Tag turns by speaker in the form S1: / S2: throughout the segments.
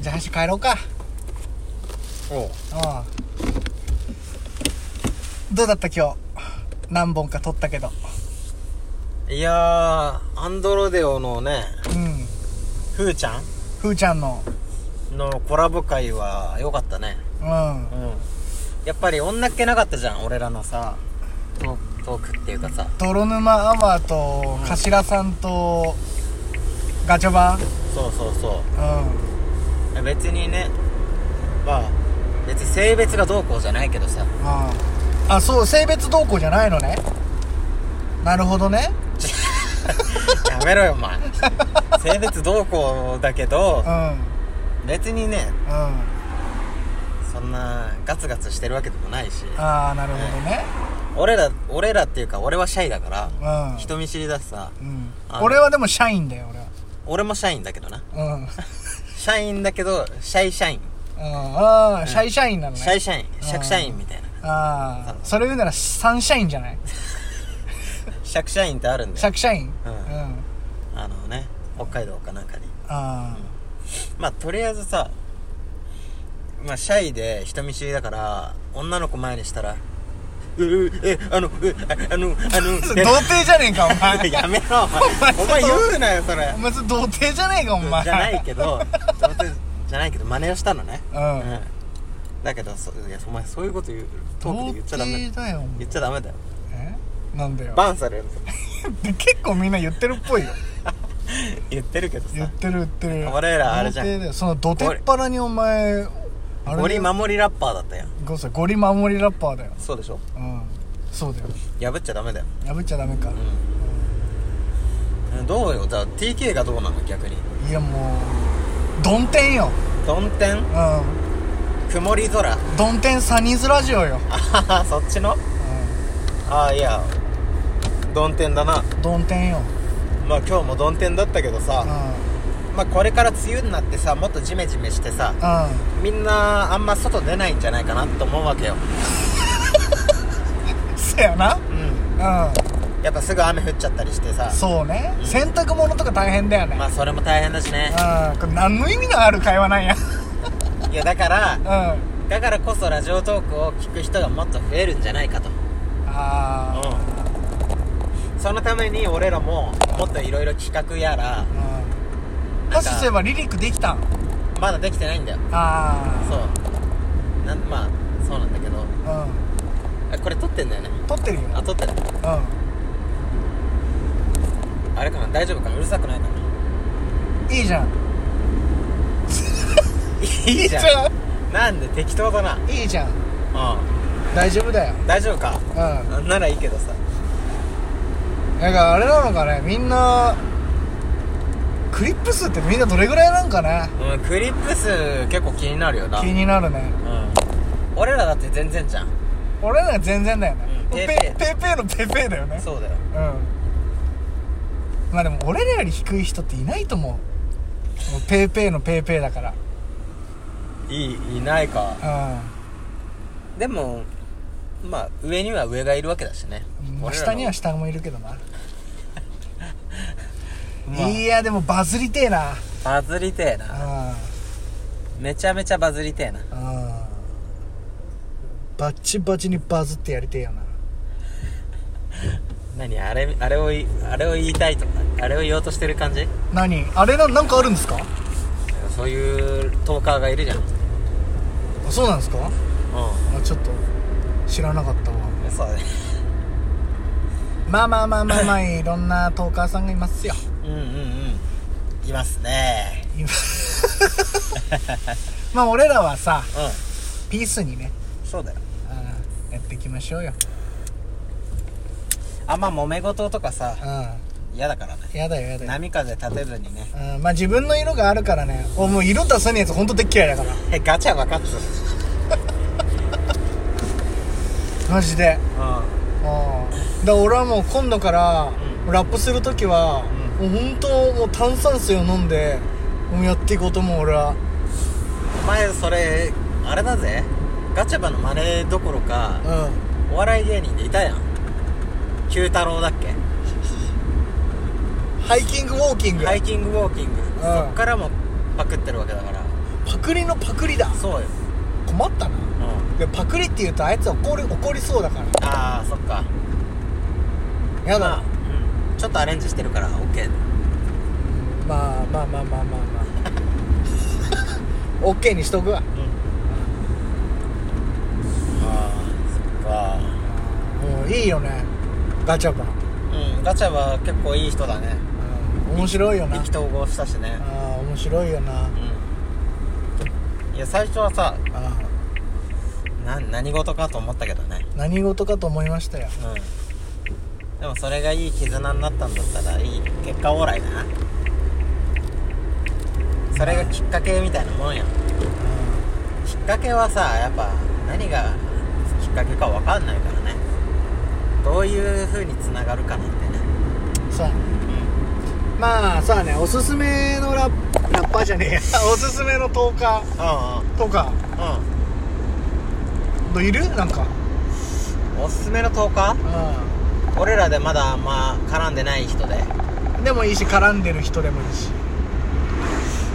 S1: じゃあ、話帰ろうか。
S2: お
S1: う
S2: う
S1: ん。どうだった今日。何本か撮ったけど。
S2: いやーアンドロデオのね
S1: うん。
S2: ふーちゃ
S1: ふーちゃんの。
S2: んのコラボ会は良かったね
S1: うん。
S2: うんやっぱり女っ気なかったじゃん俺らのさトートークっていうかさ
S1: 泥沼アワーと、頭さんと、ガチョバン。
S2: そうそうそ
S1: うん。
S2: う別にねまあ別に性別がどうこうじゃないけ どさ
S1: あああ、そう、性別動向じゃないのね。なるほどね。
S2: やめろよお前性別どうこうだけど
S1: うん。うん。
S2: 別にね
S1: あ
S2: そんなガツガツしてるわけでもないし
S1: あ、なるほどね。
S2: 俺ら俺らっていうか俺はシャイだから
S1: うん。
S2: 人見知りだしさ
S1: うん
S2: あ。の
S1: 俺はでも社員だよ、俺は。
S2: 俺も社員だけどな
S1: うん。うん
S2: 社員だけどシャイ社員
S1: ああ、シャイ社員なのね。
S2: シャイ社員シャク社員みたいな
S1: ああそれ言うなら三社員じゃない
S2: シャク社員ってあるんだよ
S1: 作社員
S2: うん
S1: うん
S2: あのね北海道かなんかに
S1: あ
S2: まあとりあえずさまあシャイで人見知りだから女の子前にしたら「ううえあのうあ あのあの
S1: あ童
S2: で
S1: 貞じゃねえかお前
S2: やめろお前お前言うなよそれ
S1: お前それ童貞じゃねえかお前
S2: じゃないけど童貞じゃないけど真似をしたのね
S1: う
S2: うんんだけどそいやお前そういうこと言うトー
S1: 童
S2: クで言っちゃダメ
S1: 貞だよお前
S2: 言っちゃダメだよ
S1: えなんだよ
S2: バンされる
S1: 結構みんな言ってるっぽいよ
S2: 言ってるけど
S1: 言っ
S2: さ
S1: てる言ってる
S2: 俺らあれじゃん
S1: 童貞だよそのどてっぱらにお前あ
S2: ゴリ
S1: れ
S2: 守りラッパーだったやん
S1: ごめんなさいゴリ守りラッパーだよ
S2: そうでしょ
S1: うんそうだよ
S2: 破っちゃダメだよ
S1: 破っちゃダメか
S2: うんどうよじゃあ TK がどうなの逆に
S1: いやもうどん天よ
S2: どん天
S1: う
S2: 曇り空
S1: んどん天サニーズラジオよ
S2: あははそっちのああいやどん天だな
S1: うんどん天よ
S2: まあ今日もどん天だったけど
S1: う
S2: さ、
S1: ん
S2: まあこれから梅雨になってさもっとジメジメしてさ
S1: う
S2: みんなあんま外出ないんじゃないかなと思うわけよ
S1: んそやな
S2: うん
S1: う
S2: やっぱすぐ雨降っちゃったりしてさ
S1: んそうね洗濯物とか大変だよね
S2: まあそれも大変だしね
S1: うんこれ何の意味のある会話なんや
S2: いやだから
S1: うんあ
S2: だからこそラジオトークを聞く人がもっと増えるんじゃないかと
S1: あ
S2: そのために俺らももっといろいろ企画やら
S1: うんパスすればリリックできたん
S2: まだできてないんだよ
S1: あ
S2: そうなんまあそうなんだけど
S1: あう
S2: あこれ撮ってんだよね
S1: ん撮ってるよ
S2: あ撮ってるあれかな大丈夫かなうるさくないかな
S1: うんいいじゃん
S2: いいじゃんなんで適当だなうん
S1: いいじゃん大丈夫だよ
S2: 大丈夫か
S1: うんだか
S2: なんならいいけどさ
S1: らあれなのかねみんなクリップ数ってみんなどれぐらいなんかね
S2: うんクリップ数結構気になるよな
S1: 気になるね
S2: うん俺らだって全然じゃん
S1: 俺ら全然だよね
S2: うん
S1: ペー
S2: ペーペー
S1: ペーペーのペーペーだよね
S2: そうだよ
S1: うんまあでも俺らより低い人っていないと思うもうペーペーのペーペーだから
S2: いいいないか
S1: う
S2: でもまあ上には上がいるわけだしね
S1: んまあ
S2: 俺らの
S1: 下には下もいるけどな、
S2: まあ
S1: いやでもバズりてえな
S2: バズりてえなめちゃめちゃバズりてえな
S1: うんうんバッチバチにバズってやりてえよな
S2: 何あれあれをいあれを言いたいとかあれを言おうとしてる感じ
S1: 何あれななんかあるんですか
S2: そういうトーカーがいるじゃんうん
S1: あそうなんですかあちょっと知らなかったわ
S2: そうだね
S1: まあまあまあまあ まあいろんなトーカーさんがいますよ
S2: うんうんうんいますね
S1: 今 まあ俺らはさ
S2: う
S1: ピースにね
S2: んそうだよ
S1: うんやっていきましょうよ
S2: あんま揉め事とかさ
S1: う
S2: 嫌だからね
S1: んやだよやだよ、
S2: 波風立てずにね
S1: うん、まあ自分の色があるからねおもう色出さねえやつほんとでっ嫌いだから
S2: えガチャ分かっ
S1: マジでう
S2: た
S1: んだから俺はもう今度から
S2: う
S1: ラップする時は、もう本当もう炭酸水を飲んでもうやっていこうと思う俺は
S2: うんお前それあれだぜガチャバの真似どころか
S1: う
S2: お笑い芸人でいたやん九太郎だっけ
S1: んハイキングウォーキング、
S2: ハイキングウォーキング、
S1: ん
S2: そっからもパクってるわけだから
S1: パクリのパクリだ
S2: そうよ
S1: 困ったな
S2: うん
S1: でもパクリって言うとあいつ怒り怒りそうだから
S2: ああそっか
S1: や
S2: まあ
S1: だ、
S2: うん、ちょっとアレンジしてるから OK
S1: まあ、まあまあまあまあま あオッケーにしとくわ
S2: ああ
S1: もういいよねガチャバ
S2: そっかうんガチャは結構いい人だね
S1: 面白いよな
S2: 意気投合したしね
S1: あー面白いよな
S2: うんいや最初はさ
S1: あ
S2: な何事かと思ったけどね
S1: ー何事かと思いましたよ
S2: うんでもそれがいい絆になったんだったらいい結果オーライだなそれがきっかけみたいなもんやきっかけはさやっぱ何がきっかけか分かんないからねどういう風につながるかなんてね
S1: さあまあさあねおすすめのラッラッパーじゃねえやおすすめのトーカー
S2: う
S1: とか
S2: んうんう
S1: のいるなんか
S2: んおすすめの10日
S1: う
S2: 俺らでまだあんま絡んでない人で
S1: んでもいいし絡んでる人でもいいし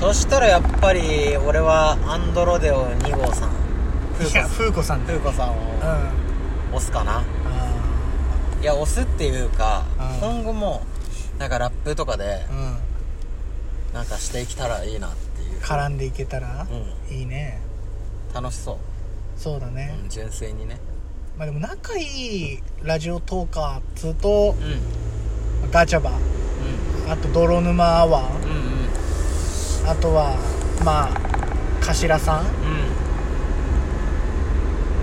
S2: そしたらやっぱり俺はアンドロデオ2号さん風
S1: いや風子さんだよ
S2: 風子さん
S1: うん
S2: を
S1: あ
S2: 押すかな
S1: ー
S2: いや押すっていうか
S1: うん
S2: 今後もなんかラップとかで
S1: うん
S2: なんかしていけたらいいなっていう
S1: 絡んでいけたらいいね
S2: 楽しそ
S1: そうだ
S2: う、
S1: ね
S2: うん、純粋にね
S1: まあでも仲いいラジオトーカーっつうと
S2: うん
S1: ガチャバあと泥沼アワー
S2: うんうん
S1: あとはまあ頭さん
S2: うんうん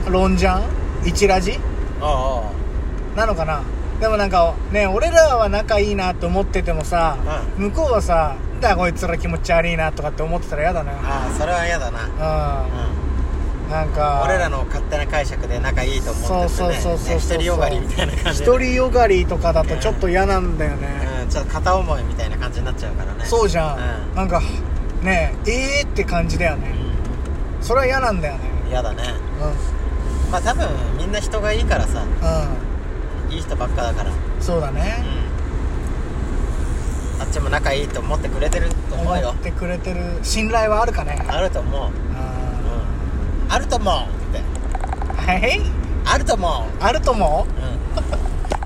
S1: ロンジャン一ラジ
S2: あ
S1: なのかなでもなんかね俺らは仲いいなって思っててもさ、向こうはさ「なんだこいつら気持ち悪いな」とかって思ってたら嫌だな
S2: あああそれは嫌だ
S1: う
S2: な、うん、
S1: んなんか
S2: 俺らの勝手な解釈で仲いいと思ってて、ね、
S1: そうそうそうそうそう
S2: ね独りよがりみたいな感じで
S1: 独りよがりとかだとちょっと嫌なんだよね、
S2: うん、ちょっと片思いみたいな感じになっちゃうからね
S1: そうじゃん、
S2: うん
S1: なんかねええー、って感じだよねそれは嫌なんだよね
S2: うん嫌だね
S1: うん
S2: まあ多分みんな人がいいからさ
S1: う
S2: いい人ばっかだからうん
S1: んそうだね
S2: あっちも仲いいと思ってくれてると思
S1: 思
S2: うよ
S1: ってくれてる信頼はあるかね
S2: あると思う、
S1: あ
S2: うん、あると思うって
S1: ーはい
S2: あると思
S1: あるとも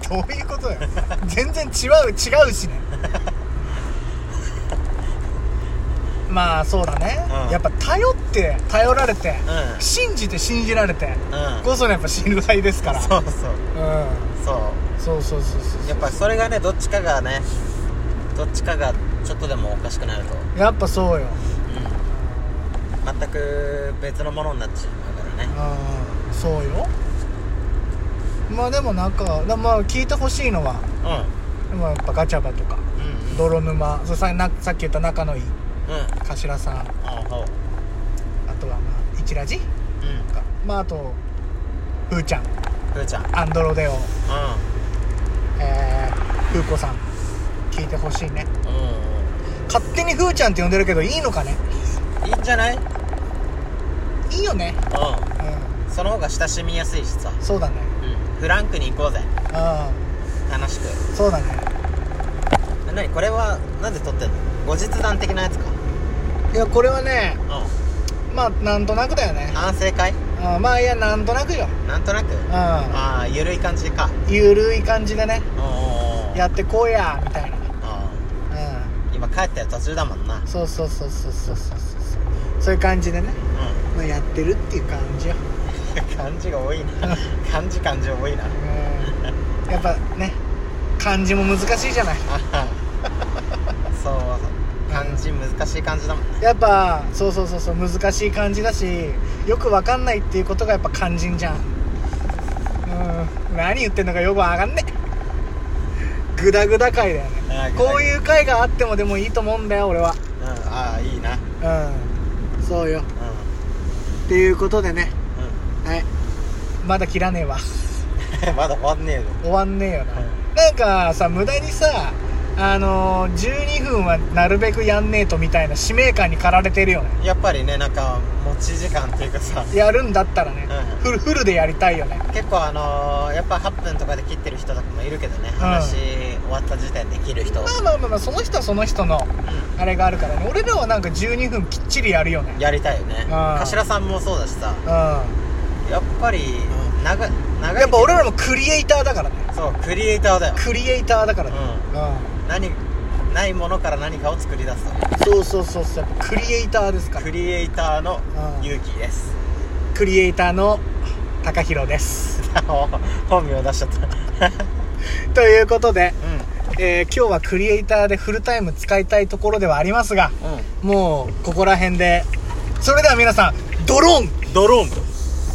S2: う、うん、
S1: どういうことよ全然違う違うしね まあそうだね、
S2: うん
S1: やっぱ頼って頼られて、
S2: うん
S1: 信じて信じられて
S2: うん
S1: こそやっぱ信頼ですから
S2: そうそう
S1: う
S2: そ
S1: んそうそうそうそう
S2: うやっぱそれがねどっちかがねどっちかがちょっとでもおかしくなると
S1: やっぱそうよ
S2: 全く別のものになっちゃうからね
S1: うんそうよまあでもなんかでもまあ聞いてほしいのはでもやっぱガチャバとか
S2: うんうん
S1: 泥沼そうさなさっき言った仲のいい
S2: うんうん
S1: 頭さんあ
S2: あほう
S1: とはまあ一ラジ
S2: うん
S1: とかまああとふーちゃん
S2: ふーちゃんうん
S1: アンドロデオえー、ふうこさん聞いてほしいね
S2: う
S1: 勝手にふーちゃんって呼んでるけどいいのかね
S2: んいいんじゃないうん
S1: いいよねう
S2: その方が親しみやすいしさ、
S1: んそうだね
S2: フランクに行こうぜ
S1: う
S2: 楽しく
S1: んそうだね
S2: 何これはなぜ撮ってんの後日談的なやつか
S1: いやこれはね
S2: うん
S1: まあなんとなくだよね
S2: 反省会
S1: うんまあいやなんとなくよ
S2: なんとなく
S1: う
S2: ああ緩い感じか
S1: んゆるい感じでね
S2: おーおー
S1: やってこうやみたいな
S2: あ
S1: う
S2: ー今帰ったよ途中だもんなん
S1: そうそうそうそうそうそうそうそういう感じでね、
S2: う
S1: まあ、やってるっていう感じよ
S2: ん感じが多いな感じ感じ多いな
S1: うんやっぱね漢字も難しいじゃない
S2: あははそう感じ難しい感じだもんね
S1: やっぱそうそうそうそう難しい漢字だしよくわかんないっていうことがやっぱ肝心じゃんうん何言ってんのかよくわかんねえグダグダ回だよね
S2: あー
S1: こういう回があってもでもいいと思うんだよ俺は
S2: うんああいいなうん
S1: うんそうよっていうことでねはいまだ切らねえわ
S2: うん まだ終わんねえぞ
S1: 終わんねえよな、
S2: はい
S1: なんかさ無駄にさあのー、12分はなるべくやんねえとみたいな使命感に駆られてるよね
S2: やっぱりねなんか持ち時間っていうかさ
S1: やるんだったらね、
S2: うん
S1: フルフルでやりたいよね
S2: 結構あのー、やっぱ8分とかで切ってる人とかもいるけどね
S1: ん
S2: 話終わった時点で切る人
S1: まあまあまあまあその人はその人のあれがあるからね俺らはなんか12分きっちりやるよね
S2: やりたいよね
S1: あー
S2: 頭さんもそうだしさ
S1: うんや
S2: やっぱり
S1: ん
S2: 長い長い
S1: っぱ俺らもクリエイターだからね
S2: そうクリエイターだよ
S1: クリエイターだからね
S2: 何ないものから何かを作り出すと
S1: うん、そうそうそうそうやっぱクリエイターですから
S2: クリエイターの
S1: うん
S2: 勇気です
S1: クリエイターの高弘です
S2: 本名出しちゃった
S1: ということで、
S2: うん
S1: えー今日はクリエイターでフルタイム使いたいところではありますが
S2: う
S1: もうここら辺でそれでは皆さんドローン
S2: んドローン